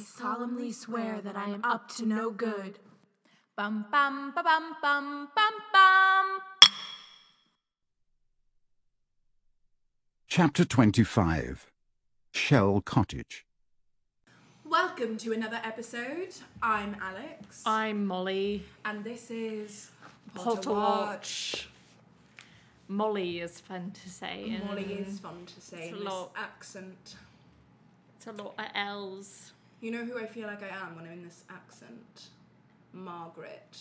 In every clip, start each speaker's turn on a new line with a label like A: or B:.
A: solemnly swear that I am up to no good.
B: Bum bum ba bum bum bum bum.
C: Chapter 25 Shell Cottage.
A: Welcome to another episode. I'm Alex,
D: I'm Molly.
A: and this is
D: Potter
A: Potter
D: Watch. Molly is fun to say. and
A: Molly is fun to say
D: It's a
A: in this
D: lot.
A: accent.
D: It's a lot of L's.
A: You know who I feel like I am when I'm in this accent? Margaret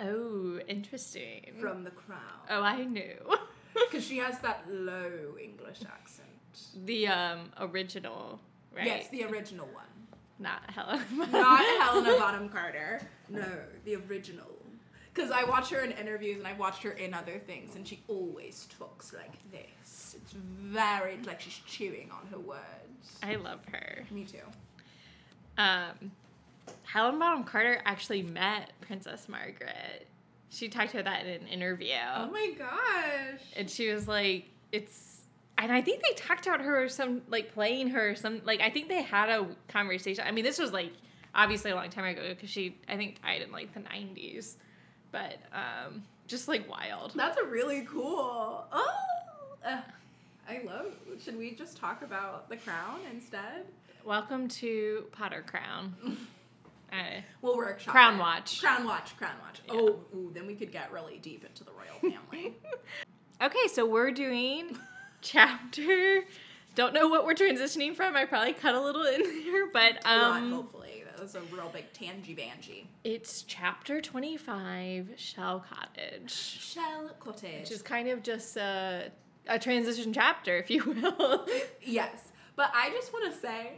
D: Oh, interesting.
A: from The Crown,
D: oh, I knew.
A: because she has that low English accent.
D: the um original, right?
A: Yes, the original one.
D: Not Helen.
A: Not Helena Bonham Carter. No, the original. Because I watch her in interviews and I've watched her in other things, and she always talks like this. It's very like she's chewing on her words.
D: I love her.
A: Me too.
D: Um, Helen Bonham Carter actually met Princess Margaret. She talked about that in an interview.
A: Oh my gosh.
D: and she was like, "It's." And I think they talked about her or some like playing her or some like I think they had a conversation. I mean, this was like obviously a long time ago because she I think died in like the nineties, but um, just like wild.
A: That's a really cool. Oh, uh, I love. Should we just talk about the crown instead?
D: Welcome to Potter Crown. Uh,
A: We'll workshop.
D: Crown
A: it.
D: Watch.
A: Crown watch. Crown watch. Oh, ooh, then we could get really deep into the royal family.
D: Okay, so we're doing chapter. Don't know what we're transitioning from. I probably cut a little in there, but
A: um,
D: um,
A: hopefully, that was a real big tangy bangy.
D: it's chapter twenty-five, Shell Cottage.
A: Shell Cottage.
D: which is kind of just a, a transition chapter, if you will.
A: yes, but I just want to say,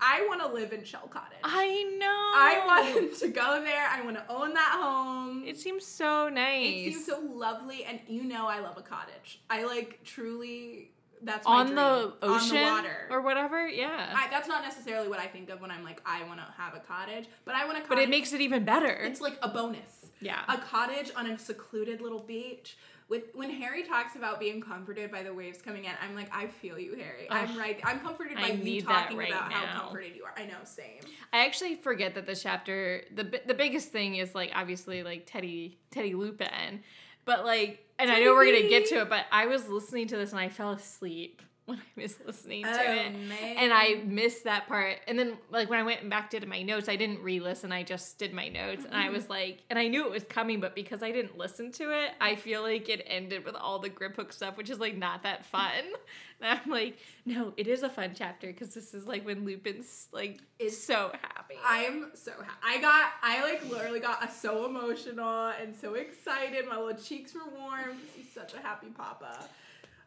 A: I want to live in Shell Cottage.
D: I know.
A: I want to go there. I want to own that home.
D: It seems so nice.
A: it seems so lovely, and you know I love a cottage. I like truly. That's my
D: on the
A: dream.
D: ocean
A: on the water.
D: or whatever. Yeah,
A: I, that's not necessarily what I think of when I'm like I want to have a cottage, but I want a cottage.
D: but it makes it even better.
A: it's like a bonus.
D: yeah,
A: a cottage on a secluded little beach. With when Harry talks about being comforted by the waves coming in, I'm like, I feel you, Harry. I'm
D: Ugh.
A: right. I'm comforted by
D: I
A: you
D: need that
A: talking
D: right
A: about how
D: now.
A: comforted you are. I know, same.
D: I actually forget that the chapter the bi- the biggest thing is like obviously like Teddy Teddy Lupin, but like and I know we're gonna get to it, but I was listening to this and I fell asleep when I was listening to it.
A: man.
D: and I missed that part. And then like when I went back to my notes, I didn't re-listen. I just did my notes, and I was like, and I knew it was coming, but because I didn't listen to it, I feel like it ended with all the grip hook stuff, which is like not that fun. and I'm like, no, it is a fun chapter because this is like when Lupin's like is so happy.
A: I'm so ha- I got I like literally got so emotional and so excited. My little cheeks were warm. He's such a happy papa.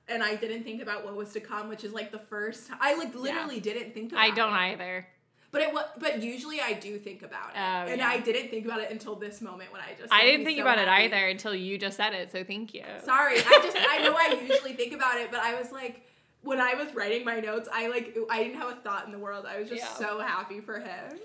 A: And I didn't think about what was to come, which is like the first time. I like literally didn't think about
D: I don't
A: it.
D: either.
A: But it was, but usually I do think about it,
D: Oh,
A: and
D: yeah.
A: I didn't think about it until this moment when I just.
D: I
A: said
D: didn't
A: he's
D: think
A: so
D: about
A: happy.
D: it either until you just said it. So thank you.
A: Sorry, I just I know I usually think about it, but I was like, when I was writing my notes, I like I didn't have a thought in the world. I was just
D: Yeah.
A: so happy for him.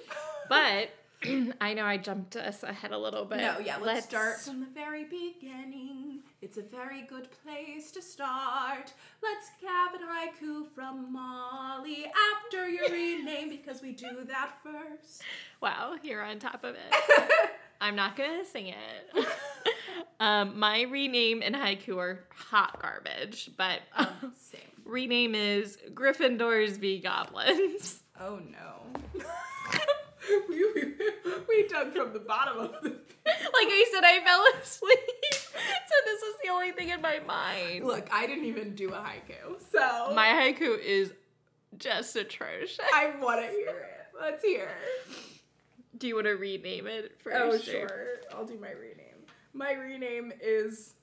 D: But I know I jumped us ahead a little bit.
A: no, yeah, let's, start from the very beginning. It's a very good place to start. Let's have an haiku from Molly after your rename because we do that first.
D: Wow, you're on top of it. I'm not gonna sing it. um, my rename and haiku are hot garbage, but
A: Um, same.
D: rename is Gryffindors v Goblins.
A: Oh no. we, we, we dug from the bottom of the
D: like I said, I fell asleep, so this is the only thing in my mind.
A: Look, I didn't even do a haiku, so
D: My haiku is just atrocious.
A: I want to hear it. Let's hear. it.
D: Do you want to rename it first?
A: Oh
D: or-
A: sure, I'll do my rename. My rename is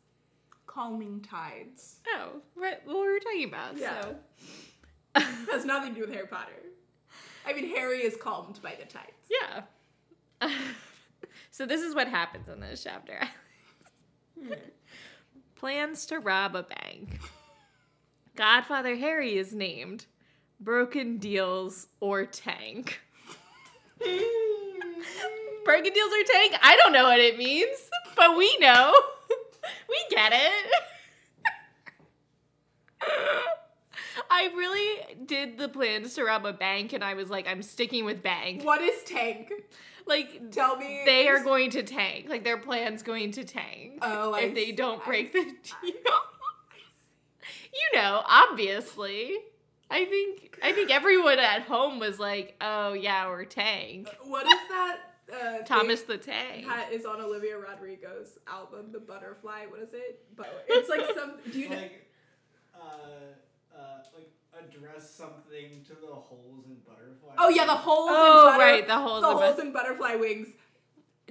A: Calming Tides.
D: Oh, right, what we were talking about.
A: Yeah.
D: So
A: Has nothing to do with Harry Potter. I mean, Harry is calmed by the tides.
D: Yeah. so this is what happens in this chapter.
A: Hmm.
D: Plans to rob a bank. Godfather Harry is named. Broken deals or tank. Broken deals or tank? I don't know what it means, but we know. We get it. I really did the plan to rob a bank, and I was like, I'm sticking with bank.
A: What is tank?
D: Like
A: Tell me.
D: they are going to tank. Like their plan's going to tank
A: Oh, I
D: if they
A: see.
D: don't
A: I
D: break the deal. you know, obviously. I think I think everyone at home was like, "Oh yeah, we're tank."
A: What is that? Uh,
D: Thomas
A: thing
D: the Tank.
A: That is on Olivia Rodrigo's album, The Butterfly. What is it? But it's like some. Do you know?
E: like, uh, uh, like address something to the holes in butterflies.
A: Oh yeah, the holes.
D: Oh,
A: and butter,
D: right, the holes
A: The
D: and
A: holes
D: bu-
A: and butterfly wings.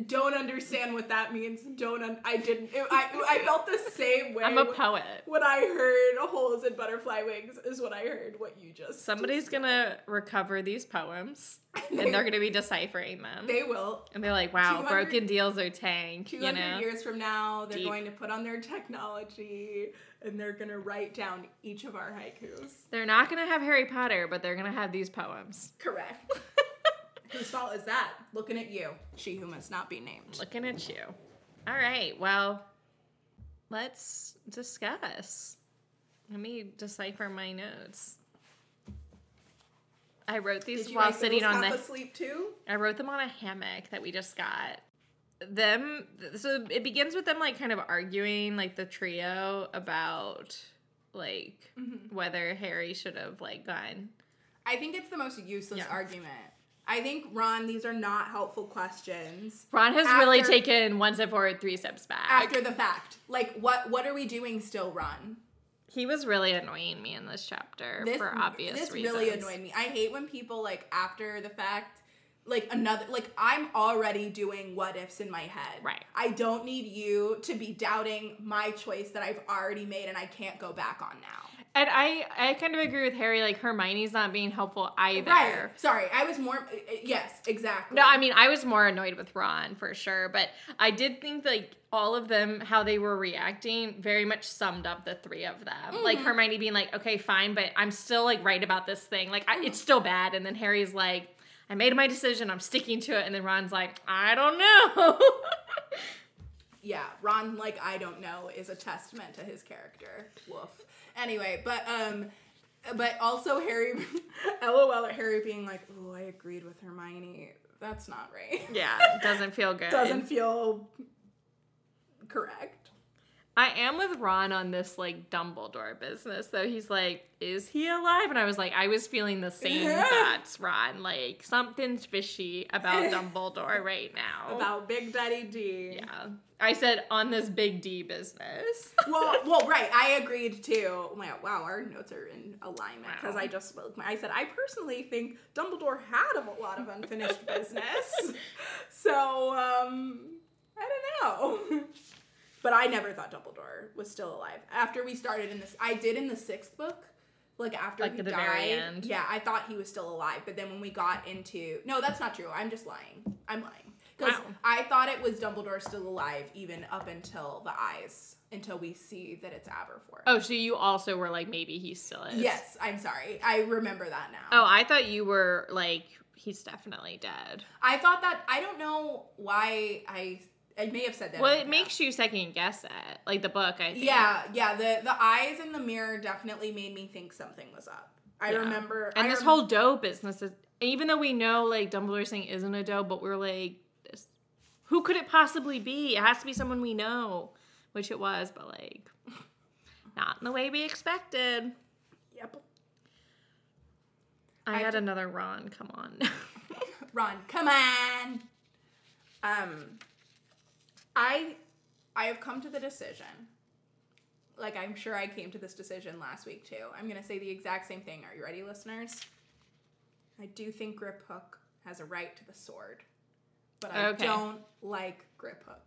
A: Don't understand what that means. Don't. Un- I didn't. It, I I felt the same way.
D: I'm a poet.
A: When I heard holes and butterfly wings is what I heard. What you just.
D: Somebody's gonna recover these poems, and they're gonna be deciphering them.
A: They will.
D: and they're like, "Wow,
A: 200
D: broken deals are tank."
A: Two
D: You
A: hundred
D: know,
A: years from now, they're
D: Deep.
A: going to put on their technology and they're gonna write down each of our haikus.
D: they're not gonna have Harry Potter, but they're gonna have these poems.
A: Correct. Whose fault is that? Looking at you, she who must not be named.
D: Looking at you. All right. Well, let's discuss. Let me decipher my notes. I wrote these
A: Did you
D: while
A: make those
D: sitting on
A: half
D: the.
A: asleep too?
D: I wrote them on a hammock that we just got. Them. th- So it begins with them like kind of arguing, like the trio about like whether Harry should have like gone.
A: I think it's the most useless
D: Yeah.
A: argument. I think Ron, these are not helpful questions.
D: Ron has really
A: After-
D: taken one step forward, three steps back.
A: After the fact, like what what are we doing still, Ron?
D: He was really annoying me in this chapter for obvious
A: this
D: reasons.
A: really annoyed me. I hate when people like after the fact, like another like I'm already doing what ifs in my head.
D: Right.
A: I don't need you to be doubting my choice that I've already made and I can't go back on now.
D: And I, I kind of agree with Harry. Like Hermione's not being helpful either.
A: Right. Sorry, I was more. uh, Yes, exactly.
D: No, I mean I was more annoyed with Ron for sure, but I did think like all of them how they were reacting very much summed up the three of them. Like Hermione being like, "Okay, fine, but I'm still like right about this thing. Like I, it's still bad." And then Harry's like, "I made my decision. I'm sticking to it." And then Ron's like, "I don't know."
A: yeah, Ron, like I don't know, is a testament to his character. Woof. Anyway, but um, but also Harry, lol at Harry being like, "Oh, I agreed with Hermione. That's not right.
D: yeah, doesn't feel good.
A: Doesn't feel correct."
D: I am with Ron on this like Dumbledore business though. He's like, is he alive? And I was like, I was feeling the same thoughts, Ron. Like something's fishy about Dumbledore right now.
A: About Big Daddy D.
D: yeah. I said on this big D business.
A: Well, well, right. I agreed too. Wow, wow our notes are in alignment because
D: Wow.
A: I just spoke. my- I said I personally think Dumbledore had a lot of unfinished business. So um, I don't know. But I never thought Dumbledore was still alive. After we started in this, I did in the sixth book. Like after
D: Like
A: he
D: at the
A: died,
D: very end.
A: yeah, I thought he was still alive. But then when we got into no, that's not true. I'm just lying. I'm lying because
D: Wow.
A: I thought it was Dumbledore still alive even up until the eyes, until we see that it's Aberforth.
D: Oh, so you also were like, maybe he still is.
A: yes, I'm sorry. I remember that now.
D: Oh, I thought you were like, he's definitely dead.
A: I thought that I don't know why I I may have said that.
D: Well,
A: out
D: it
A: loud.
D: makes you second guess it. Like the book, I think.
A: Yeah, yeah. The the eyes in the mirror definitely made me think something was up. I
D: Yeah.
A: remember.
D: And
A: I
D: this
A: rem-
D: whole dough business is, even though we know like Dumbledore's thing isn't a dough, but we're like, this, who could it possibly be? It has to be someone we know, which it was, but like, not in the way we expected.
A: Yep.
D: I,
A: I
D: had
A: d-
D: another Ron. Come on.
A: Ron, come on. Um, I I have come to the decision. Like I'm sure I came to this decision last week too. I'm gonna say the exact same thing. Are you ready, listeners? I do think Grip Hook has a right to the sword, but I
D: Okay.
A: don't like Grip Hook.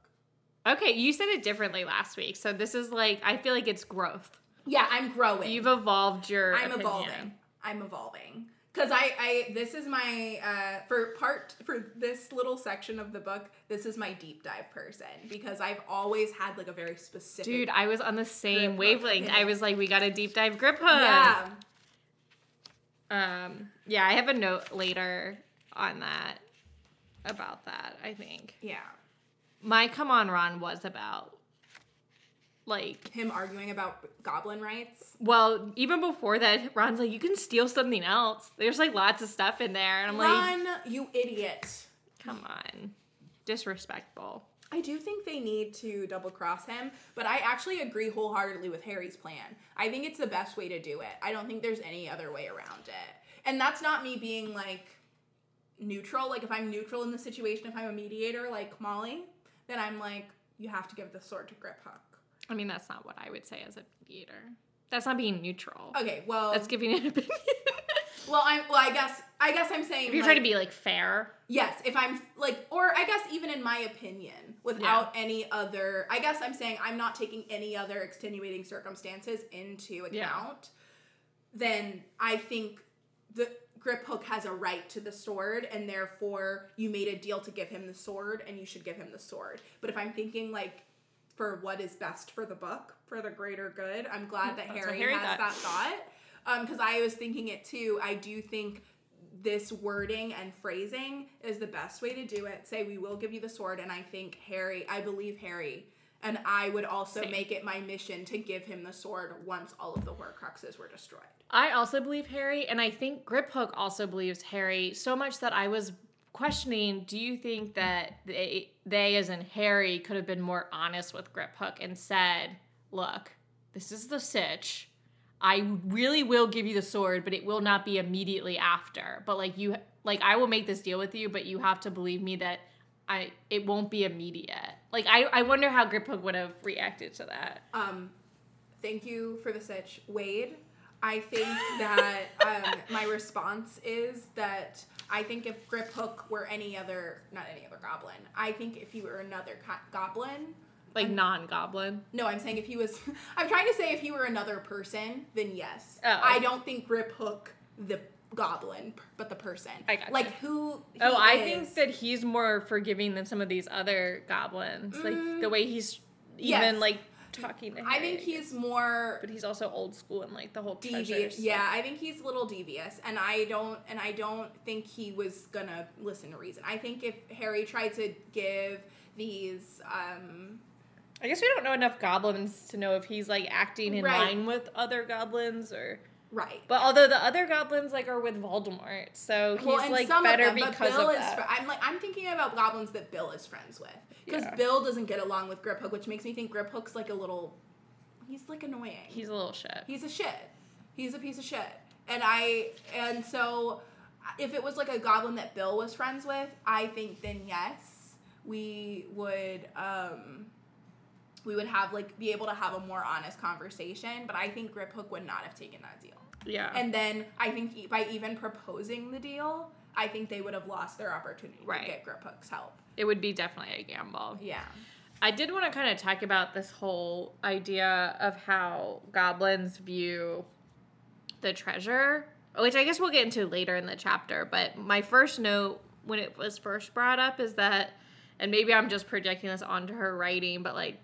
D: okay, you said it differently last week, so this is like, I feel like it's growth.
A: Yeah, I'm growing.
D: You've evolved your.
A: I'm
D: opinion.
A: evolving. I'm evolving. Cause I, I this is my uh, for part for this little section of the book. This is my deep dive person because I've always had like a very specific.
D: Dude, I was on the same
A: Grip hook
D: wavelength. I
A: opinion.
D: was like, we got a deep dive grip hook.
A: yeah,
D: Um, yeah, I have a note later on that about that, I think.
A: yeah,
D: My come on Ron was about like
A: Him arguing about goblin rights.
D: well, even before that, Ron's like, you can steal something else. There's like lots of stuff in there. And I'm like,
A: Run, you idiot.
D: come on. Disrespectful.
A: I do think they need to double cross him, but I actually agree wholeheartedly with Harry's plan. I think it's the best way to do it. I don't think there's any other way around it. And that's not me being like neutral. Like, if I'm neutral in the situation, if I'm a mediator like Molly, then I'm like, you have to give the sword to Grip Hook.
D: I mean, that's not what I would say as a mediator. That's not being neutral.
A: Okay, well,
D: That's giving an opinion.
A: well, I'm well. I guess I guess I'm saying
D: if you're
A: like,
D: trying to be like fair,
A: Yes, if I'm like, or I guess even in my opinion, without any other, I guess I'm saying I'm not taking any other extenuating circumstances into account,
D: Yeah.
A: then I think the grip hook has a right to the sword, and therefore you made a deal to give him the sword, and you should give him the sword. But if I'm thinking like for what is best for the book, for the greater good, I'm glad that
D: That's what
A: Harry,
D: Harry
A: has
D: thought.
A: that thought. Because I was thinking it too. I do think this wording and phrasing is the best way to do it. Say, we will give you the sword. And I think Harry, I believe Harry. And I would also
D: Same.
A: make it my mission to give him the sword once all of the Horcruxes were destroyed.
D: I also believe Harry, and I think Grip Hook also believes Harry so much that I was questioning do you think that they, they as in Harry, could have been more honest with Grip Hook and said, look, this is the sitch. I really will give you the sword, but it will not be immediately after. But like you, like I will make this deal with you, but you have to believe me that I it won't be immediate. Like I, I wonder how Grip Hook would have reacted to that.
A: Um, thank you for the sitch, Wade. I think that um, my response is that I think if Grip Hook were any other, not any other goblin, I think if he were another co- goblin,
D: Like non goblin.
A: no, I'm saying if he was, I'm trying to say if he were another person, then yes.
D: Oh.
A: I don't think Grip Hook the goblin, but the person.
D: I gotcha.
A: Like who? he
D: Oh, I
A: is.
D: think that he's more forgiving than some of these other goblins. Like the way he's even
A: Mm, Yes.
D: like talking to Harry.
A: I think he's more
D: but he's also old school and like the whole treasure.
A: devious. Yeah, I think he's a little devious, and I don't, and I don't think he was gonna listen to reason. I think if Harry tried to give these, um,
D: I guess we don't know enough goblins to know if he's like acting in
A: Right.
D: line with other goblins or.
A: right,
D: But although the other goblins like are with Voldemort, so he's like better because
A: Bill
D: of
A: is.
D: that.
A: fr- I'm like, I'm thinking about goblins that Bill is friends with because
D: Yeah.
A: Bill doesn't get along with Grip Hook, which makes me think Grip Hook's like a little, he's like annoying.
D: he's a little shit.
A: he's a shit. He's a piece of shit. And I and so if it was like a goblin that Bill was friends with, I think then yes, we would um we would have like be able to have a more honest conversation, but I think Grip Hook would not have taken that deal.
D: yeah.
A: And then I think e- by even proposing the deal, I think they would have lost their opportunity
D: Right.
A: to get Grip Hook's help.
D: it would be definitely a gamble.
A: Yeah.
D: I did want to kind of talk about this whole idea of how goblins view the treasure, which I guess we'll get into later in the chapter. But my first note when it was first brought up is that, and maybe I'm just projecting this onto her writing, but like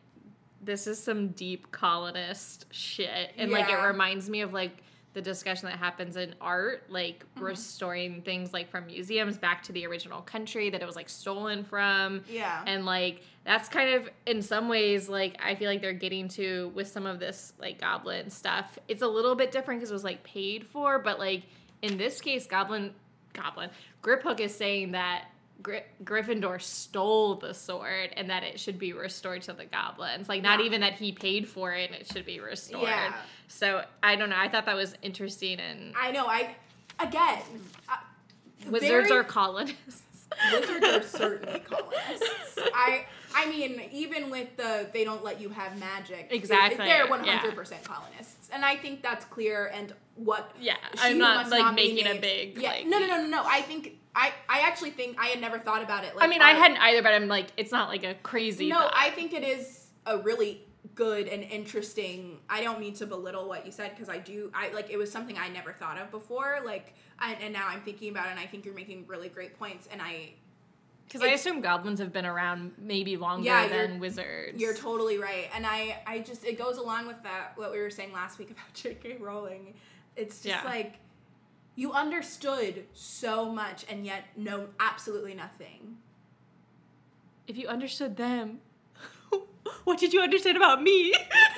D: this is some deep colonist shit. And like it
A: Yeah.
D: reminds me of like the discussion that happens in art, like
A: Mm-hmm.
D: restoring things like from museums back to the original country that it was like stolen from.
A: Yeah.
D: And like that's kind of in some ways like I feel like they're getting to with some of this like goblin stuff. It's a little bit different because it was like paid for, but like in this case, goblin goblin grip hook is saying that Gry- Gryffindor stole the sword and that it should be restored to the goblins. Like not
A: Yeah.
D: even that he paid for it and it should be restored.
A: Yeah.
D: So I don't know. I thought that was interesting and
A: I know. I again, I,
D: wizards
A: very-
D: are colonists.
A: Wizards are certainly colonists. I I mean, even with the they don't let you have magic.
D: Exactly,
A: They're
D: yeah.
A: one hundred percent colonists. And I think that's clear and what
D: Yeah,
A: she
D: I'm not,
A: must
D: like,
A: be
D: making a
A: named.
D: big,
A: Yeah.
D: like-
A: no no no no no. I think I, I actually think I had never thought about it like
D: I mean, I
A: art-
D: hadn't either, but I'm like, it's not like a crazy.
A: No,
D: thought.
A: I think it is a really good and interesting. I don't mean to belittle what you said because I do. I like it was something I never thought of before. Like, and, and now I'm thinking about it, and I think you're making really great points. And I,
D: Because I
A: It's-
D: assume goblins have been around maybe longer
A: Yeah, you're-
D: than wizards.
A: you're totally right. And I, I just it goes along with that what we were saying last week about J.K. Rowling. It's just
D: Yeah.
A: like you understood so much and yet know absolutely nothing.
D: if you understood them, What did you understand about me?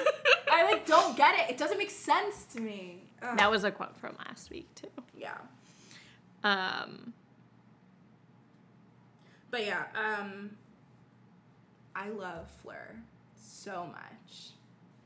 A: I like don't get it. It doesn't make sense to me. Ugh.
D: that was a quote from last week too.
A: yeah.
D: Um,
A: But yeah, um I love Fleur so much.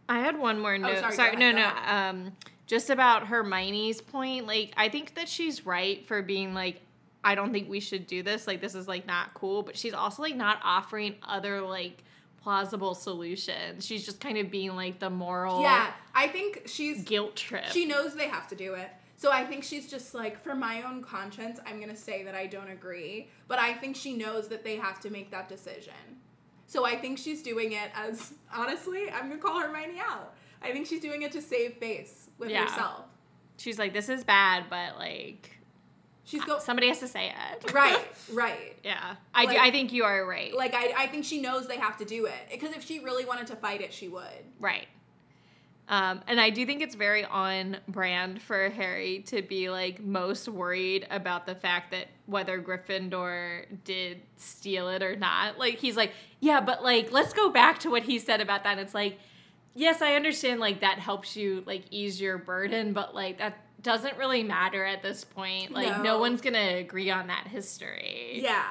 D: I had one more note.
A: Oh, sorry,
D: sorry,
A: go ahead,
D: no, no.
A: go ahead.
D: Um, just about Hermione's point. Like, I think that she's right for being like, I don't think we should do this. Like, this is like not cool. But she's also like not offering other like plausible solutions. She's just kind of being like the moral
A: Yeah, I think she's
D: guilt trip.
A: she knows they have to do it. So I think she's just like for my own conscience, I'm going to say that I don't agree, but I think she knows that they have to make that decision. So I think she's doing it as honestly, I'm going to call Hermione out. I think she's doing it to save face with
D: Yeah.
A: herself.
D: she's like, this is bad, but like
A: She's going
D: somebody has to say it.
A: right, right.
D: Yeah, I do.
A: Like-
D: I think you are right.
A: Like I, I think she knows they have to do it because if she really wanted to fight it, she would.
D: Right. Um, and I do think it's very on brand for Harry to be like most worried about the fact that whether Gryffindor did steal it or not. Like he's like, yeah, but like let's go back to what he said about that. It's like, yes, I understand like that helps you like ease your burden, but like that doesn't really matter at this point. Like no,
A: No.
D: one's gonna agree on that history.
A: Yeah.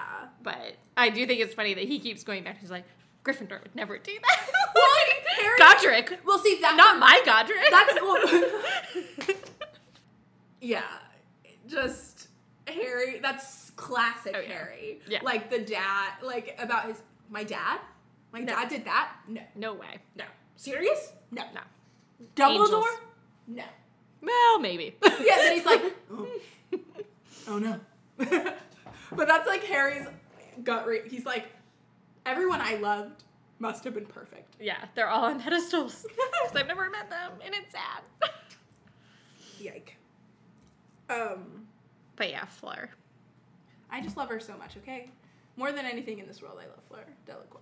D: But I do think it's funny that he keeps going back. He's like, Gryffindor would never do that.
A: Well, like, Harry,
D: Godric
A: Well, see, that's
D: not my Godric.
A: That's cool. yeah, just Harry. That's classic
D: Oh, yeah.
A: Harry.
D: Yeah.
A: Like the dad, like about his my dad. My dad did that. No,
D: no way.
A: no. Serious? No,
D: No.
A: Dumbledore?
D: Angels.
A: No.
D: Well, maybe.
A: Yeah, then he's like, oh, oh no. but that's like Harry's gut. Re- he's like, everyone I loved must have been perfect.
D: yeah, they're all on pedestals. 'Cause I've never met them, and it's sad.
A: Yike. Um.
D: but yeah, Fleur.
A: I just love her so much, okay? More than anything in this world, I love Fleur Delacour.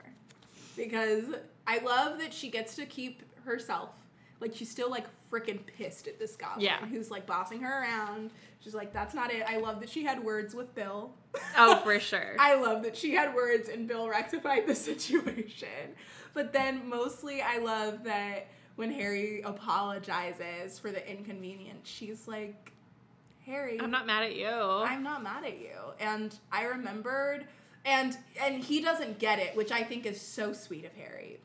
A: Because I love that she gets to keep herself. Like, she's still, like, freaking pissed at this goblin
D: Yeah.
A: who's, like, bossing her around. She's like, that's not it. I love that she had words with Bill.
D: Oh, for sure.
A: I love that she had words and Bill rectified the situation. But then mostly I love that when Harry apologizes for the inconvenience, she's like, Harry.
D: I'm not mad at you.
A: I'm not mad at you. And I remembered and and he doesn't get it, which I think is so sweet of Harry.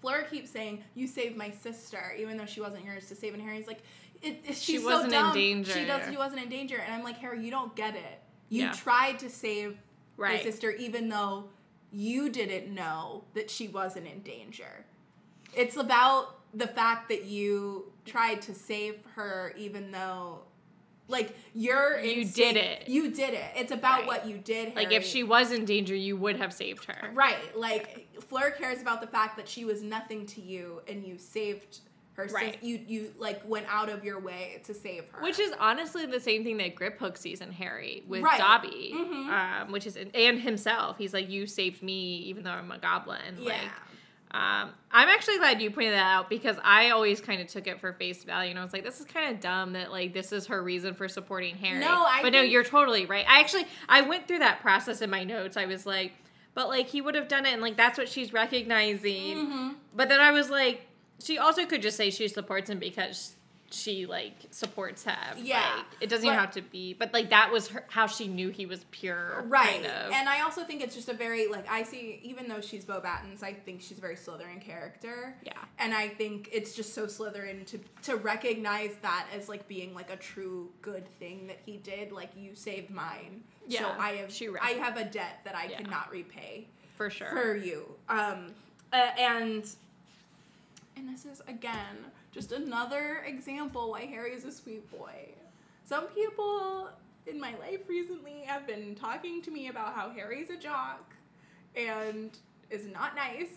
A: Fleur keeps saying, "You saved my sister," even though she wasn't yours to save. And Harry's like, it, it- "She's so
D: wasn't in
A: dumb.
D: danger."
A: She does. She wasn't in danger." And I'm like, "Harry, you don't get it. You
D: Yeah.
A: tried to save my
D: Right.
A: sister, even though you didn't know that she wasn't in danger. It's about the fact that you tried to save her, even though." Like your
D: You
A: instinct-
D: did it.
A: You did it. It's about
D: Right.
A: what you did. Harry.
D: like, if she was in danger, you would have saved her.
A: Right. Like Fleur cares about the fact that she was nothing to you and you saved her. sis-
D: Right.
A: you you like went out of your way to save her.
D: Which is honestly the same thing that Grip Hook sees in Harry with
A: Right. Mm-hmm.
D: Dobby, um, which is and himself. He's like, "You saved me, even though I'm a goblin."
A: yeah.
D: Like, Um, I'm actually glad you pointed that out because I always kind of took it for face value, and I was like, "This is kind of dumb that like this is her reason for supporting Harry."
A: No, I
D: but no,
A: think-
D: you're totally right. I actually I went through that process in my notes. I was like, "But like he would have done it, and like that's what she's recognizing."
A: Mm-hmm.
D: But then I was like, "She also could just say she supports him because she like supports him."
A: Yeah.
D: Like, it doesn't
A: But-
D: even have to be. But like that was her, how she knew he was pure,
A: Right.
D: Kind of.
A: And I also think it's just a very like I see even though she's Bo Batten's, I think she's a very Slytherin character.
D: Yeah.
A: And I think it's just so Slytherin to to recognize that as like being like a true good thing that he did. Like you saved mine.
D: Yeah,
A: So I have
D: she rec-
A: I have a debt that I
D: Yeah.
A: cannot repay.
D: for sure.
A: for you. Um, uh, and and this is again just another example why Harry is a sweet boy. Some people in my life recently have been talking to me about how Harry's a jock and is not nice,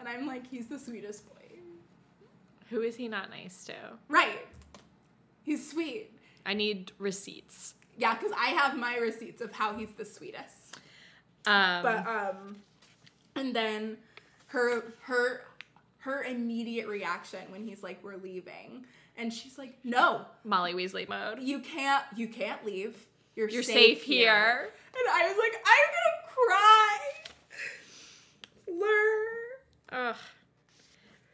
A: and I'm like, he's the sweetest boy.
D: Who is he not nice to?
A: Right? He's sweet.
D: I need receipts.
A: Yeah, because I have my receipts of how he's the sweetest.
D: Um,
A: but um and then her her her immediate reaction when he's like we're leaving and she's like no
D: Molly Weasley mode.
A: you can't you can't leave you're,
D: You're safe, here.
A: and i was like i'm gonna cry Fleur.
D: Oh,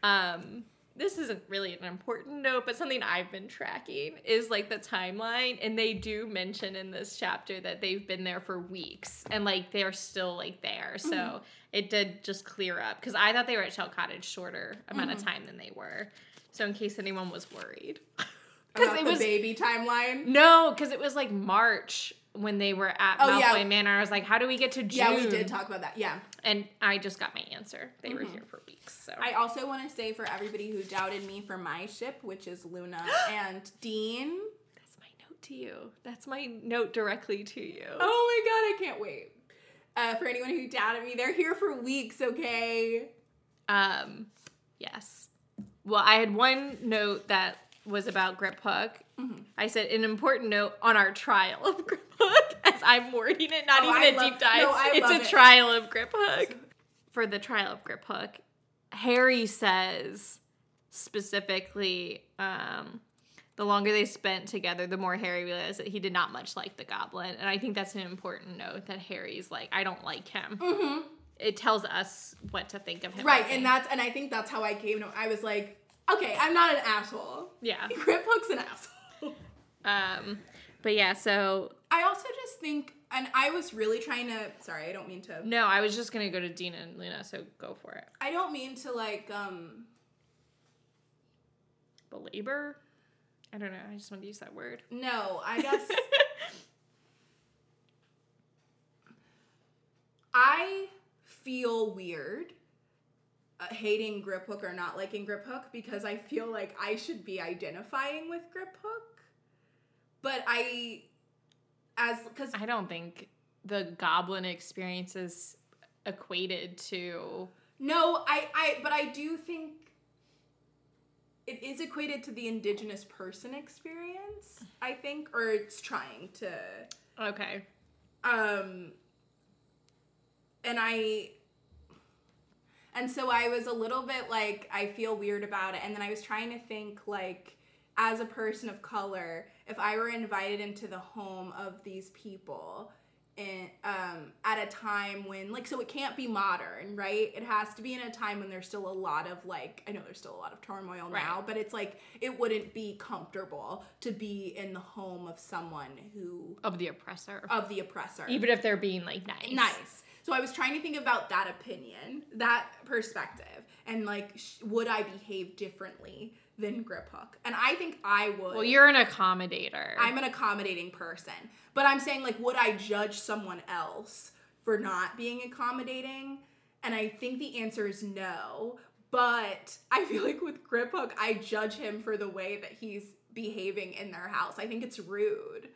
D: Um, this isn't really an important note, but something I've been tracking is like the timeline. And they do mention in this chapter that they've been there for weeks and like they're still like there. So
A: Mm-hmm.
D: it did just clear up because I thought they were at Shell Cottage shorter amount of time than they were. So in case anyone was worried, because
A: Mm-hmm. About
D: it
A: the
D: was
A: baby timeline.
D: no, because it was like March when they were at
A: Oh,
D: Malfoy
A: yeah.
D: Manor. I was like, how do we get to June?
A: Yeah, we did talk about that. Yeah.
D: And I just got my answer. They were here for weeks. So
A: I also want to say for everybody who doubted me for my ship, which is Luna and Dean.
D: that's my note to you. That's my note directly to you.
A: Oh my god, I can't wait. Uh, for anyone who doubted me, they're here for weeks, okay?
D: Um, yes. Well, I had one note that was about Grip Hook. I said an important note on our trial of Grip Hook, as I'm wording it, not
A: Oh,
D: even
A: I
D: a
A: love-
D: deep dive.
A: no, I
D: it's
A: love
D: a
A: it.
D: trial of Grip Hook. For the trial of Grip Hook, Harry says specifically, um, the longer they spent together, the more Harry realized that he did not much like the goblin. And I think that's an important note that Harry's like, I don't like him. It tells us what to think of him. I
A: Right,
D: think.
A: and that's and I think that's how I came to I was like, okay, I'm not an asshole.
D: Yeah.
A: Grip Hook's an asshole.
D: Um, but yeah, so
A: I also just think and I was really trying to sorry, I don't mean to
D: no, I was just gonna go to Dina and Luna, so go for it.
A: I don't mean to like um
D: Belabor? I don't know, I just wanted to use that word.
A: no, I guess I feel weird uh, hating Grip Hook or not liking Grip Hook because I feel like I should be identifying with Grip Hook. But I, as, because
D: I don't think the goblin experience is equated to
A: No, I, I, but I do think it is equated to the indigenous person experience, I think, or it's trying to.
D: Okay.
A: Um, and I, and so I was a little bit like, I feel weird about it. And then I was trying to think, like, as a person of color, if I were invited into the home of these people, in, um, at a time when like so it can't be modern right it has to be in a time when there's still a lot of like i know there's still a lot of turmoil now
D: Right.
A: but it's like it wouldn't be comfortable to be in the home of someone who
D: Of the oppressor.
A: of the oppressor
D: Even if they're being like nice.
A: Uh, nice so i was trying to think about that opinion that perspective and like sh- would i behave differently than grip hook and i think i would
D: Well, you're an accommodator.
A: I'm an accommodating person. But I'm saying, like, would I judge someone else for not being accommodating? And I think the answer is no. But I feel like with Grip Hook, I judge him for the way that he's behaving in their house. I think it's rude.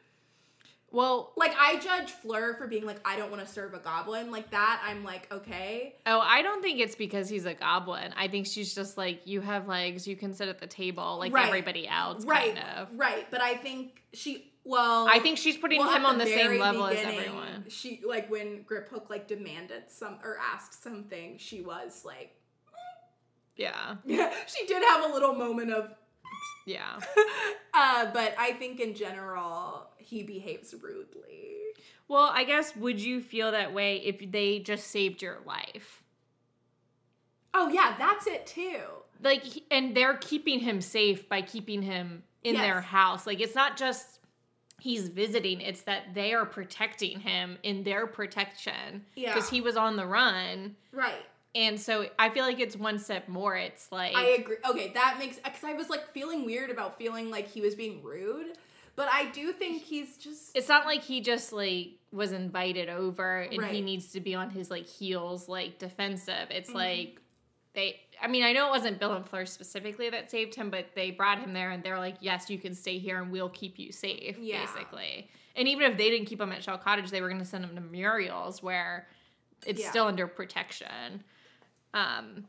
D: well
A: Like, I judge Fleur for being like, I don't want to serve a goblin. Like, that, I'm like, okay.
D: Oh, I don't think it's because he's a goblin. I think she's just like, you have legs, you can sit at the table like
A: Right.
D: everybody else,
A: right.
D: kind of.
A: Right. But I think she, well.
D: I think she's putting
A: Well,
D: him
A: at
D: on the same
A: very
D: level as
A: beginning,
D: everyone.
A: She like when Grip Hook like demanded some or asked something, she was like
D: Yeah.
A: she did have a little moment of
D: Yeah.
A: uh but I think in general he behaves rudely.
D: Well, I guess would you feel that way if they just saved your life?
A: Oh yeah, that's it too.
D: Like he- and they're keeping him safe by keeping him in their
A: Yes.
D: house. Like it's not just he's visiting, it's that they are protecting him in their protection
A: Yeah.
D: because he was on the run.
A: Right.
D: And so I feel like it's one step more. It's like
A: I agree. Okay, that makes cuz I was like feeling weird about feeling like he was being rude, but I do think he's just
D: it's not like he just like was invited over and he
A: Right. Mm-hmm.
D: needs to be on his like heels like defensive it's like they i mean i know it wasn't bill and fleur specifically that saved him but they brought him there and they're like yes you can stay here and we'll keep you safe
A: Yeah.
D: basically and even if they didn't keep him at shell cottage they were going to send him to muriel's where it's
A: Yeah.
D: still under protection um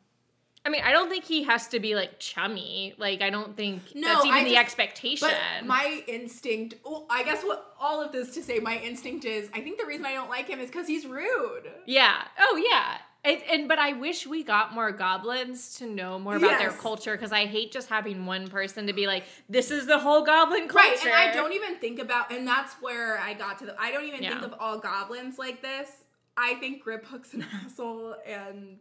D: I mean, I don't think he has to be like chummy. Like, I don't think
A: No,
D: that's even
A: I
D: the
A: just-
D: expectation.
A: But my instinct, oh, I guess what all of this to say, my instinct is I think the reason I don't like him is because he's rude.
D: Yeah. Oh, yeah. And, and but I wish we got more goblins to know more about their
A: Yes.
D: culture because I hate just having one person to be like, "This is the whole goblin culture."
A: Right, and I don't even think about, and that's where I got to the. I don't even think
D: Yeah.
A: of all goblins like this. I think Grip Hook's an asshole, and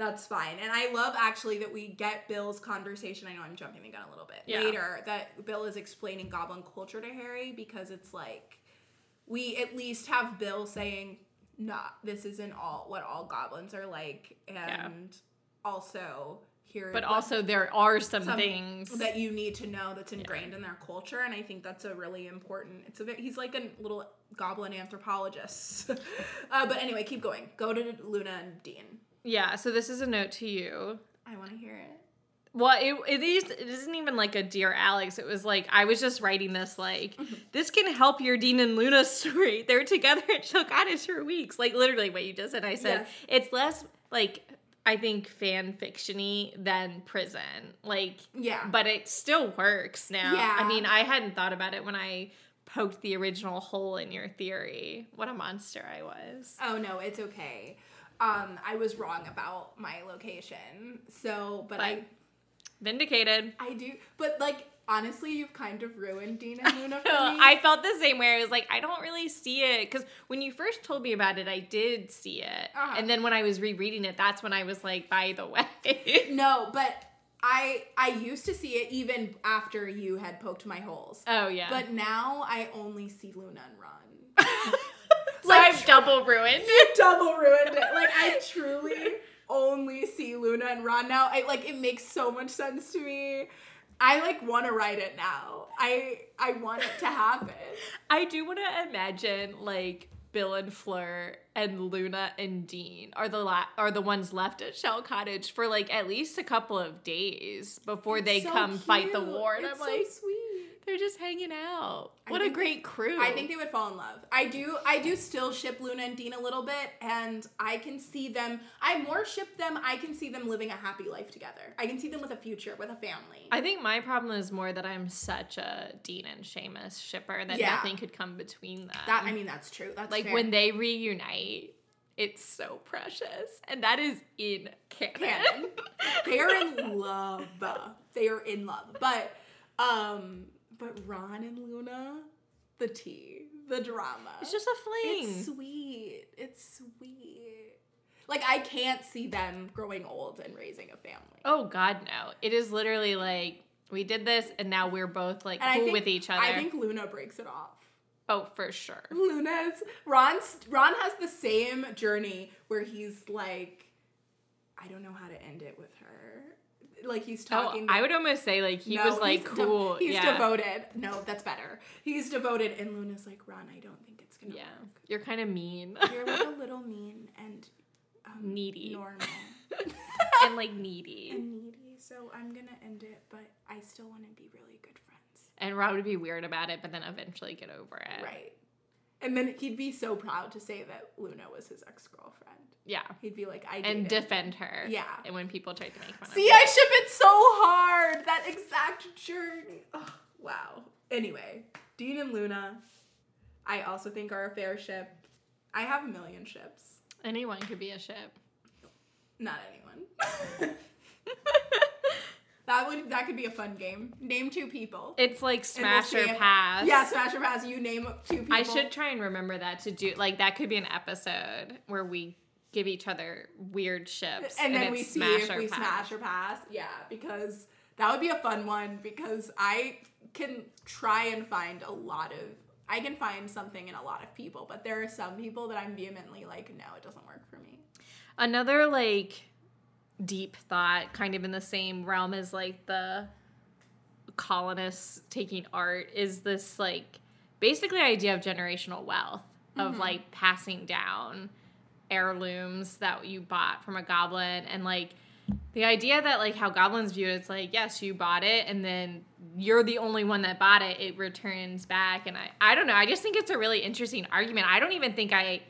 A: That's fine. And I love actually that we get Bill's conversation. I know I'm jumping the gun a little bit
D: Yeah.
A: later that Bill is explaining goblin culture to Harry because it's like we at least have Bill saying, nah, this isn't all what all goblins are like. And also here
D: But also there are some,
A: some
D: things
A: Um, that you need to know that's ingrained in their culture and i think that's a really important it's a ve- he's like a little goblin anthropologist uh, but anyway keep going go to luna and dean
D: Yeah, so this is a note to you.
A: i want to hear it
D: Well, it, it, is, it isn't even like a Dear Alex. It was like, I was just writing this, like,
A: Mm-hmm.
D: this can help your Dean and Luna story. They're together at Chill Cottage for weeks. Like, literally what you just said. I said,
A: Yes.
D: it's less, like, I think fan fiction-y than prison. Like,
A: yeah
D: but it still works now.
A: Yeah.
D: I mean, I hadn't thought about it when I poked the original hole in your theory. What a monster I was.
A: oh no it's okay um i was wrong about my location so but, i
D: But- Vindicated.
A: i do but like honestly you've kind of ruined dean and luna for me
D: No, I felt the same way. I was like, I don't really see it because when you first told me about it, I did see it,
A: Uh-huh.
D: and then when I was rereading it, that's when I was like, by the way,
A: no but i i used to see it even after you had poked my holes
D: oh yeah,
A: But now I only see Luna and Ron.
D: so
A: like-
D: I'm double ruined.
A: Double ruined it. Like I truly only see Luna and Ron now. I like it makes so much sense to me. I like want to write it now. I I want it to happen.
D: I do want to imagine like Bill and Fleur and Luna and Dean are the la- are the ones left at Shell Cottage for like at least a couple of days before they
A: So
D: come fight the
A: cute.
D: war, and
A: It's
D: I'm
A: so
D: like,
A: sweet.
D: they're just hanging out.
A: I
D: What a
A: think they-
D: great crew.
A: I think they would fall in love. I do. I do still ship Luna and Dean a little bit, and I can see them. I more ship them. I can see them living a happy life together. I can see them with a future, with a family.
D: I think my problem is more that I'm such a Dean and Seamus shipper that
A: Yeah.
D: nothing could come between them.
A: that I mean, that's true. That's
D: like
A: fair.
D: when they reunite, it's so precious, and that is in canon.
A: canon. they are in love. They are in love. But um but Ron and Luna, the tea, the drama.
D: it's just a fling.
A: it's sweet. It's sweet. Like I can't see them growing old and raising a family.
D: oh God, no! It is literally like we did this, and now we're both like
A: And I
D: cool
A: think-
D: with each other.
A: I think Luna breaks it off.
D: oh, for sure.
A: Luna's Ron's Ron has the same journey where he's like, I don't know how to end it with her. Like he's
D: Oh,
A: talking. to
D: I would almost say like he was like
A: he's de-
D: cool.
A: he's
D: yeah.
A: devoted. No, that's better. He's devoted, and Luna's like, Ron, I don't think it's gonna
D: Yeah,
A: work.
D: you're kind of mean
A: You're like a little mean and um,
D: Needy.
A: normal,
D: and like needy.
A: and needy. So I'm gonna end it, but I still want to be really good friends,
D: and Rob would be weird about it, but then eventually get over it.
A: right? And then he'd be so proud to say that Luna was his ex girlfriend.
D: Yeah.
A: He'd be like, I
D: And
A: dated-
D: defend her.
A: Yeah.
D: And when people tried to make fun
A: See,
D: of
A: I ship it so hard. That exact journey. Ugh, wow. Anyway, Dean and Luna, I also think are a fair ship. I have a million ships.
D: her. Anyone could be a ship.
A: Not anyone. that would that could be a fun game. Name two people.
D: It's like
A: And we'll
D: smash or
A: see if-
D: pass.
A: Yeah, smash or pass. You name two people.
D: I should try and remember that to do like that could be an episode where we give each other weird ships
A: and then
D: it's
A: we see if we smash or pass. Yeah, because that would be a fun one because I can try and find a lot of I can find something in a lot of people, but there are some people that I'm vehemently like, no, it doesn't work for me.
D: Another like deep thought, kind of in the same realm as like the colonists taking art, is this like basically idea of generational wealth, of like passing down heirlooms that you bought from a goblin and like the idea that like how goblins view it, it's like yes you bought it and then you're the only one that bought it it returns back and i i don't know i just think it's a really interesting argument i don't even think i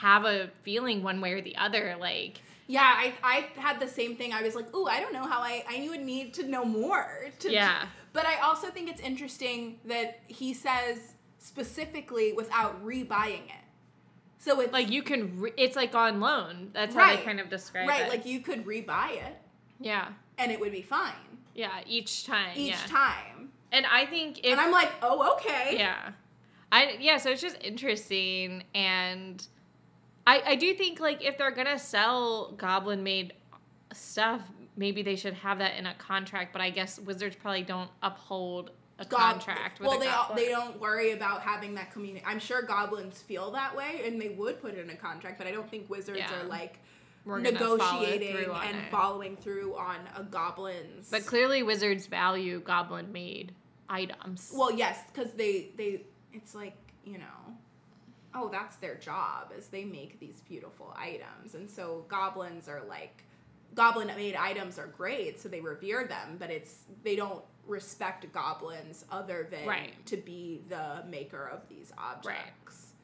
D: have a feeling one way or the other. Like,
A: Yeah, I, I had the same thing. I was like, ooh, I don't know how I I would need to know more. To,
D: Yeah.
A: But I also think it's interesting that he says specifically without rebuying it. So it's
D: like you can, re- it's like on loan. That's how they
A: Right.
D: kind of describe
A: right,
D: it.
A: like you could rebuy it
D: yeah,
A: and it would be fine
D: yeah, each time.
A: each
D: yeah.
A: time.
D: And I think if
A: and I'm like, oh, okay.
D: yeah, I yeah. So it's just interesting, and I I do think like if they're gonna sell goblin made stuff, maybe they should have that in a contract. But I guess wizards probably don't uphold a
A: Gob-
D: contract. With
A: Well,
D: a
A: they all,
D: goblin.
A: they don't worry about having that community. I'm sure goblins feel that way, and they would put it in a contract. But I don't think wizards
D: Yeah.
A: are like
D: We're gonna follow
A: negotiating
D: through on
A: and
D: it.
A: following through on a goblin's.
D: But clearly, wizards value goblin made items.
A: well, yes, because they they it's like you know, oh that's their job is they make these beautiful items, and so goblins are like goblin made items are great, so they revere them. But it's they don't respect goblins other than
D: Right.
A: to be the maker of these objects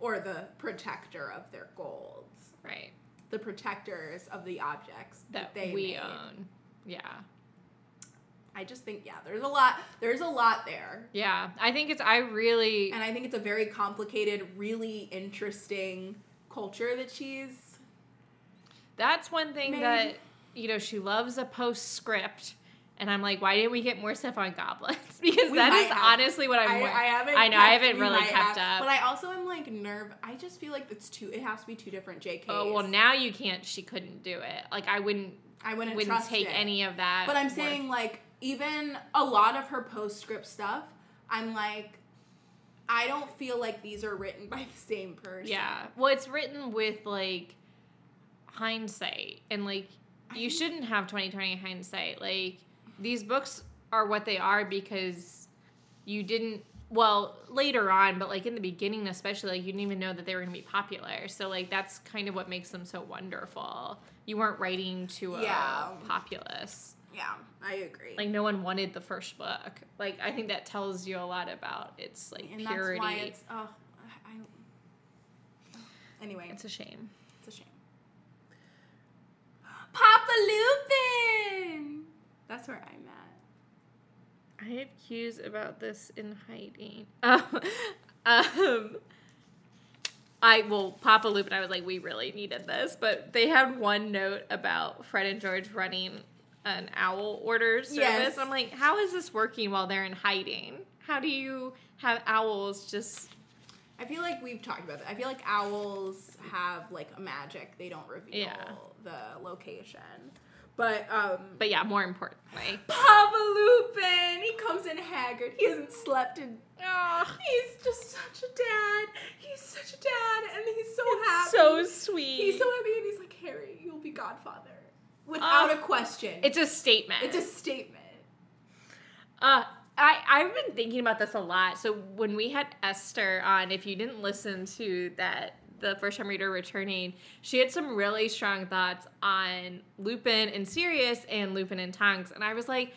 A: or the protector of their golds,
D: right.
A: the protectors of the objects
D: That
A: that, they
D: we
A: made.
D: own. Yeah.
A: I just think yeah, there's a lot there's a lot there.
D: Yeah. I think it's, I really,
A: And I think it's a very complicated, really interesting culture that she's
D: that's one thing
A: Maybe.
D: that, you know, she loves a postscript. And I'm like, why didn't we get more stuff on goblins? because
A: We
D: that
A: might
D: is
A: have.
D: honestly what I'm.
A: I,
D: wor-
A: I haven't
D: I know I
A: kept-
D: haven't
A: we
D: really
A: might
D: kept up.
A: have- But I also am like nerve I just feel like it's two it has to be two different JKs.
D: oh well, now you can't. She couldn't do it. Like I wouldn't.
A: I wouldn't,
D: Wouldn't
A: trust
D: take
A: it.
D: any of that.
A: But I'm
D: word.
A: saying like even a lot of her postscript stuff, I'm like I don't feel like these are written by the same person.
D: Yeah. Well, it's written with like hindsight, and like you shouldn't have 2020 hindsight. Like these books are what they are because you didn't. Well, later on, but like in the beginning, especially, like you didn't even know that they were going to be popular. So like that's kind of what makes them so wonderful. You weren't writing to a
A: Yeah.
D: populace.
A: Yeah, I agree.
D: Like no one wanted the first book. Like I think that tells you a lot about its like
A: and
D: purity.
A: that's why it's oh I, I anyway
D: it's a shame.
A: It's a shame. Papa Lupin! That's where I'm at.
D: I had cues about this in hiding. Um, um, I well, Papa Loop and I was like, we really needed this, but they had one note about Fred and George running an owl order service.
A: Yes.
D: I'm like, how is this working while they're in hiding? How do you have owls just
A: I feel like we've talked about that. I feel like owls have like a magic. They don't reveal
D: Yeah.
A: the location. But um
D: but yeah, more importantly.
A: Papa Lupin, he comes in haggard. He hasn't slept in He's just such a dad. He's such a dad and he's so happy.
D: so sweet.
A: he's so happy and he's like, Harry, you'll be godfather. Without
D: Oh.
A: a question.
D: it's a statement.
A: it's a statement.
D: Uh, I, I've been thinking about this a lot. So when we had Esther on, if you didn't listen to that, the first time reader returning, she had some really strong thoughts on Lupin and Sirius and Lupin and Tonks. And I was like,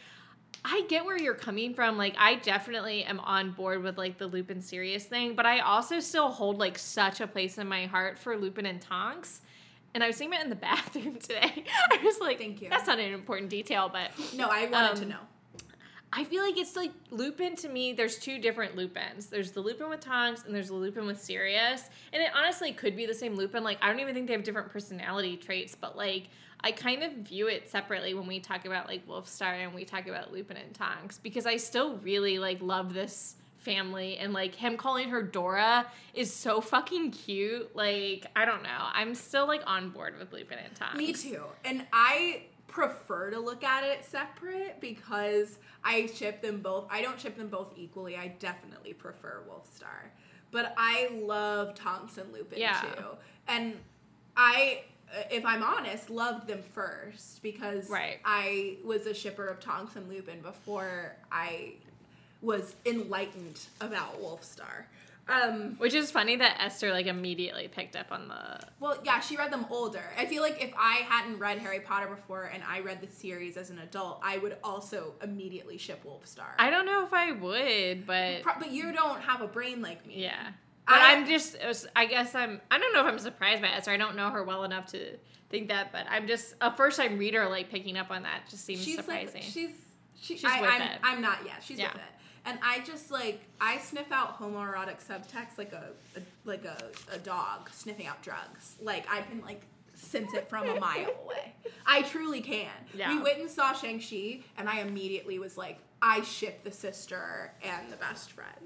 D: I get where you're coming from. Like, I definitely am on board with like the Lupin Sirius thing, but I also still hold like such a place in my heart for Lupin and Tonks. And I was thinking about it in the bathroom today. I was like,
A: Thank you.
D: That's not an important detail, but
A: No, I wanted to
D: Um,
A: know.
D: I feel like it's like Lupin to me. There's two different Lupins. There's the Lupin with Tonks and there's the Lupin with Sirius. And it honestly could be the same Lupin. Like I don't even think they have different personality traits, but like I kind of view it separately when we talk about like Wolfstar and we talk about Lupin and Tonks because I still really like love this family and like him calling her Dora is so fucking cute. Like I don't know. I'm still like on board with Lupin and Tonks.
A: Me too. And I prefer to look at it separate because I ship them both. I don't ship them both equally. I definitely prefer Wolfstar. But I love Thompson Lupin
D: Yeah.
A: too. And I uh, if I'm honest, loved them first because
D: Right.
A: I was a shipper of Tonks and Lupin before I was enlightened about Wolfstar. Um
D: Which is funny that Esther like immediately picked up on the
A: Well, yeah, she read them older. I feel like if I hadn't read Harry Potter before and I read the series as an adult, I would also immediately ship Wolfstar.
D: I don't know if I would, but
A: Pro- but you don't have a brain like me.
D: yeah. But
A: I-
D: I, am just, I guess I'm, I don't know if I'm surprised by Esther. I don't know her well enough to think that, but I'm just a first time reader, like picking up on that just seems
A: she's
D: surprising.
A: like she's she,
D: She's
A: I,
D: with
A: I'm,
D: it.
A: I'm not yet. She's
D: Yeah.
A: with it. And I just like I sniff out homoerotic subtext like a, a like a, a dog sniffing out drugs. Like I can like sense it from a mile away. I truly can.
D: Yeah.
A: We went and saw Shang Chi, and I immediately was like, I ship the sister and the best friend.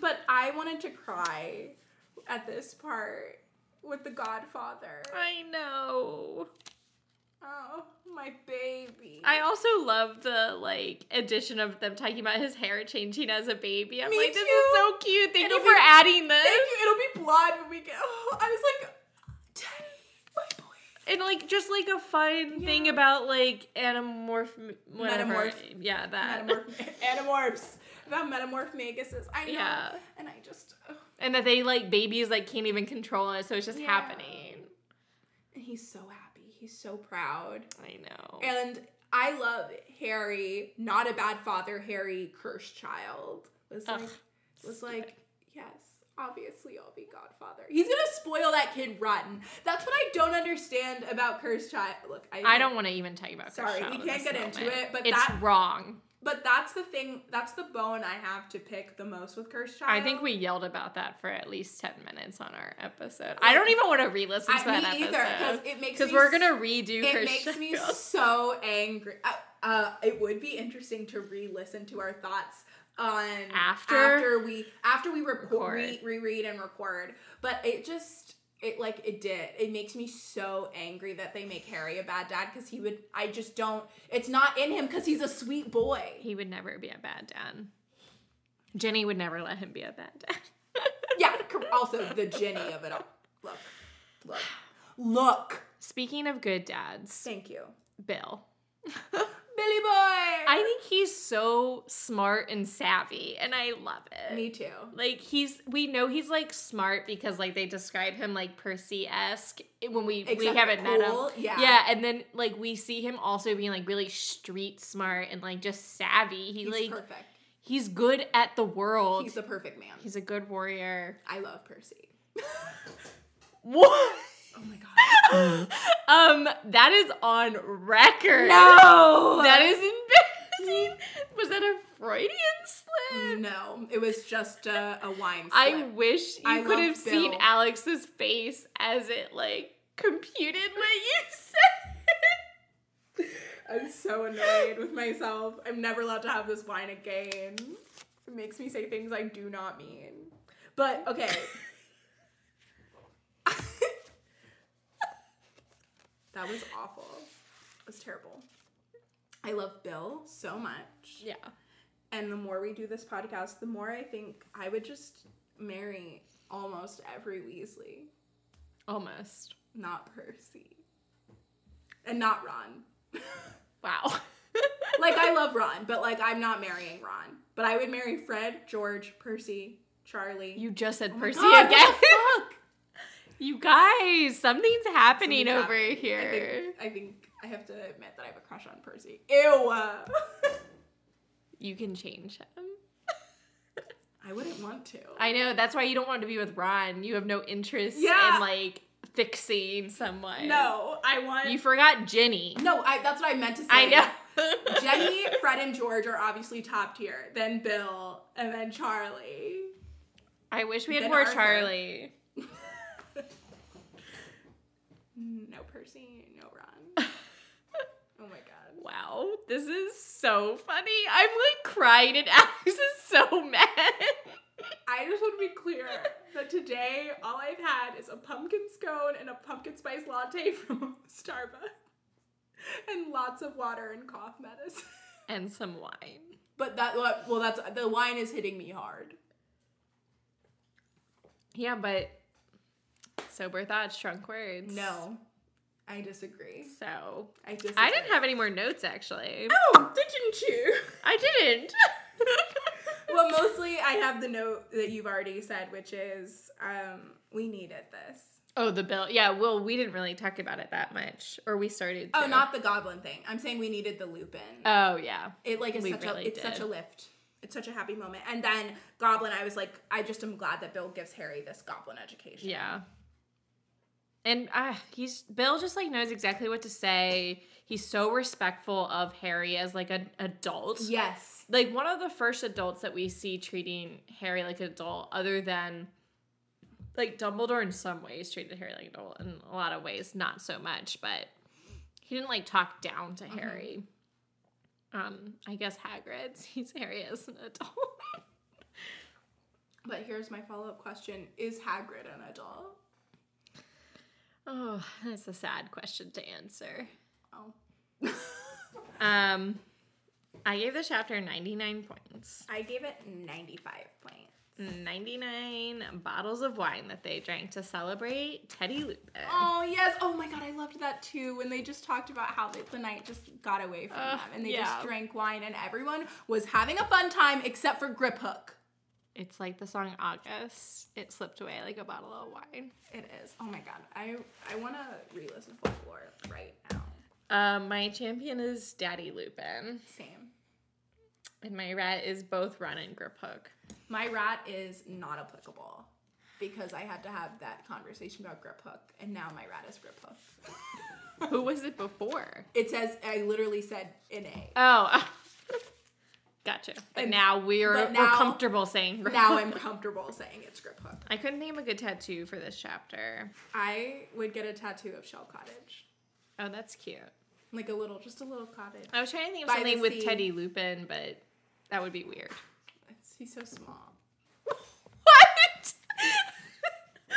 A: But I wanted to cry at this part with the Godfather.
D: I know.
A: Oh, my baby.
D: I also love the like addition of them talking about his hair changing as a baby. I'm
A: Me
D: like, this
A: too.
D: is so cute. Thank
A: It'll
D: you for
A: be-
D: adding this.
A: Thank you. It'll be blonde when we get. Oh, I was like, Teddy, my boy.
D: And like just like a fun thing
A: Yeah.
D: about like anamorph whatever.
A: Metamorph.
D: Yeah, that.
A: Metamorph, Animorphs. Not metamorph maguses. I know.
D: Yeah.
A: And I just. oh.
D: And that they like babies like can't even control it, so it's just
A: Yeah.
D: happening.
A: And he's so happy. He's so proud.
D: I know.
A: And I love Harry, not a bad father, Harry, cursed child. Was
D: Ugh,
A: like, was like, yes, obviously I'll be godfather. He's gonna spoil that kid rotten. That's what I don't understand about cursed child. Look, I,
D: I don't want to even talk about.
A: Sorry,
D: Christian
A: we
D: in
A: can't
D: this
A: get into
D: moment.
A: it, but
D: it's
A: that-
D: wrong.
A: But that's the thing. That's the bone I have to pick the most with cursed child.
D: I think we yelled about that for at least ten minutes on our episode. I don't even want to re-listen
A: I-
D: to that
A: me either, 'cause
D: episode
A: it makes
D: because
A: me
D: we're
A: s-
D: gonna redo.
A: It
D: Cursed
A: makes me
D: Child.
A: so angry. Uh, uh, it would be interesting to re-listen to our thoughts on
D: After?
A: after we after we record,
D: Record.
A: re- reread and record. But it just it like it did. It makes me so angry that they make Harry a bad dad because he would. I just don't. It's not in him because he's a sweet boy.
D: He would never be a bad dad. Jenny would never let him be a bad dad.
A: yeah. cor- Also the Ginny of it all. Look, look, look.
D: Speaking of good dads,
A: Thank you,
D: Bill.
A: Billy boy.
D: I think he's so smart and savvy, and I love it.
A: Me too.
D: Like he's, we know he's like smart because like they describe him like Percy esque when we we
A: Except
D: haven't met him.
A: cool, yeah.
D: yeah, and then like we see him also being like really street smart and like just savvy. He
A: He's
D: like
A: perfect.
D: he's good at the world.
A: He's
D: He's
A: the perfect man.
D: a good warrior.
A: I love Percy.
D: What?
A: Oh my god.
D: Um, that is on record.
A: No.
D: that is embarrassing. Was that a Freudian slip?
A: No, it was just a, a wine slip.
D: I wish you
A: I
D: could
A: love
D: have seen
A: Bill.
D: Alex's face as it like computed what you said.
A: I'm so annoyed with myself. I'm never allowed to have this wine again. It makes me say things I do not mean. But okay. that was awful. It was terrible. I love Bill so much.
D: Yeah.
A: and the more we do this podcast, the more I think I would just marry almost every Weasley,
D: Almost.
A: not Percy, and not Ron.
D: Wow.
A: Like I love Ron, but like I'm not marrying Ron. But I would marry Fred, George, Percy, Charlie.
D: you just said Percy
A: Oh God, what the
D: again. you guys, something's happening
A: Something's
D: over
A: happening. I
D: here.
A: think, I think I have to admit that I have a crush on Percy. Ew.
D: You can change him.
A: I wouldn't want to.
D: I know, that's why you don't want to be with Ron. You have no interest
A: Yeah.
D: in like fixing someone.
A: no, I want.
D: You forgot Jenny.
A: no, I, that's what I meant to say.
D: I know.
A: Jenny, Fred, and George are obviously top tier. Then Bill, and then Charlie.
D: I wish we had
A: Then
D: more
A: Arthur.
D: Charlie.
A: No Percy, no Ron. oh my god.
D: Wow, this is so funny. I'm like crying, and Alex is so mad.
A: I just want to be clear that today all I've had is a pumpkin scone and a pumpkin spice latte from Starbucks, and lots of water and cough medicine.
D: and some wine.
A: But that well, that's the wine is hitting me hard.
D: Yeah, but sober thoughts, drunk words.
A: No, I disagree.
D: So
A: I disagree.
D: I didn't have any more notes actually.
A: Oh, didn't you?
D: I didn't.
A: well, mostly I have the note that you've already said, which is um, we needed this.
D: oh, the bill. Yeah, well, we didn't really talk about it that much, or we started.
A: Oh,
D: to.
A: not the goblin thing. I'm saying we needed the Lupin.
D: Oh, yeah.
A: it like is
D: we
A: such
D: really
A: a it's such
D: did.
A: a lift. It's such a happy moment. And then Goblin, I was like, I just am glad that Bill gives Harry this Goblin education.
D: Yeah. And uh, he's Bill just like knows exactly what to say. He's so respectful of Harry as like an adult.
A: Yes.
D: Like one of the first adults that we see treating Harry like an adult, other than like Dumbledore in some ways treated Harry like an adult in a lot of ways, not so much, but he didn't like talk down to Harry. Um, I guess Hagrid sees Harry as an adult.
A: But here's my follow up question: Is Hagrid an adult?
D: oh, that's a sad question to answer.
A: Oh, Oh.
D: Um, I gave the chapter 99 points.
A: I gave it 95 points.
D: 99 bottles of wine that they drank to celebrate Teddy Lupin.
A: Oh yes! Oh my god, I loved that too. When they just talked about how they, the night just got away from
D: Ugh,
A: them, and they
D: yeah.
A: just drank wine, and everyone was having a fun time except for Grip Hook.
D: It's like the song August. It slipped away like a bottle of wine.
A: It is. Oh my god, I I want to re-listen to Folklore right now.
D: Um, my champion is Daddy Lupin,
A: Same.
D: and my rat is both Ron and Grip Hook.
A: My rat is not applicable because I had to have that conversation about Grip Hook, and now my rat is Grip Hook.
D: Who was it before?
A: It says I literally said in a.
D: Oh, gotcha. But
A: And-
D: now we're,
A: but
D: we're
A: now-
D: comfortable saying Grip
A: Now
D: Hook.
A: I'm comfortable saying it's Grip Hook.
D: I couldn't name a good tattoo for this chapter.
A: I would get a tattoo of Shell Cottage,
D: Oh, that's cute.
A: like a little, just a little cottage.
D: I was trying to think of
A: By the
D: something with
A: sea.
D: Teddy Lupin, but that would be weird.
A: It's- He's so small.
D: What?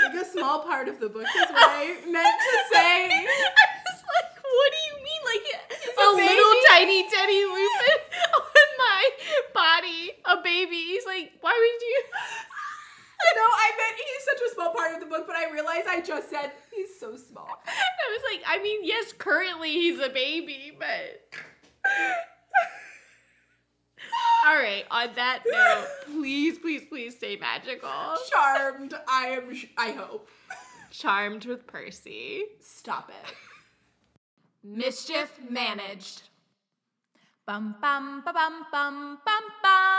A: Like a small part of the book is what I meant to say.
D: I was like, what do you mean? Like a,
A: a
D: little
A: baby.
D: tiny Teddy Lupin on my body, a baby. He's like, why would you?
A: No, I meant he's such a small part of the book, but I realized I just said he's so small.
D: I was like, I mean, yes, currently he's a baby, but. All right. On that note, please, please, please stay magical.
A: Charmed, I am. Sh- I hope.
D: Charmed with Percy.
A: Stop it.
B: Mischief managed. Bum bum ba bum bum bum bum.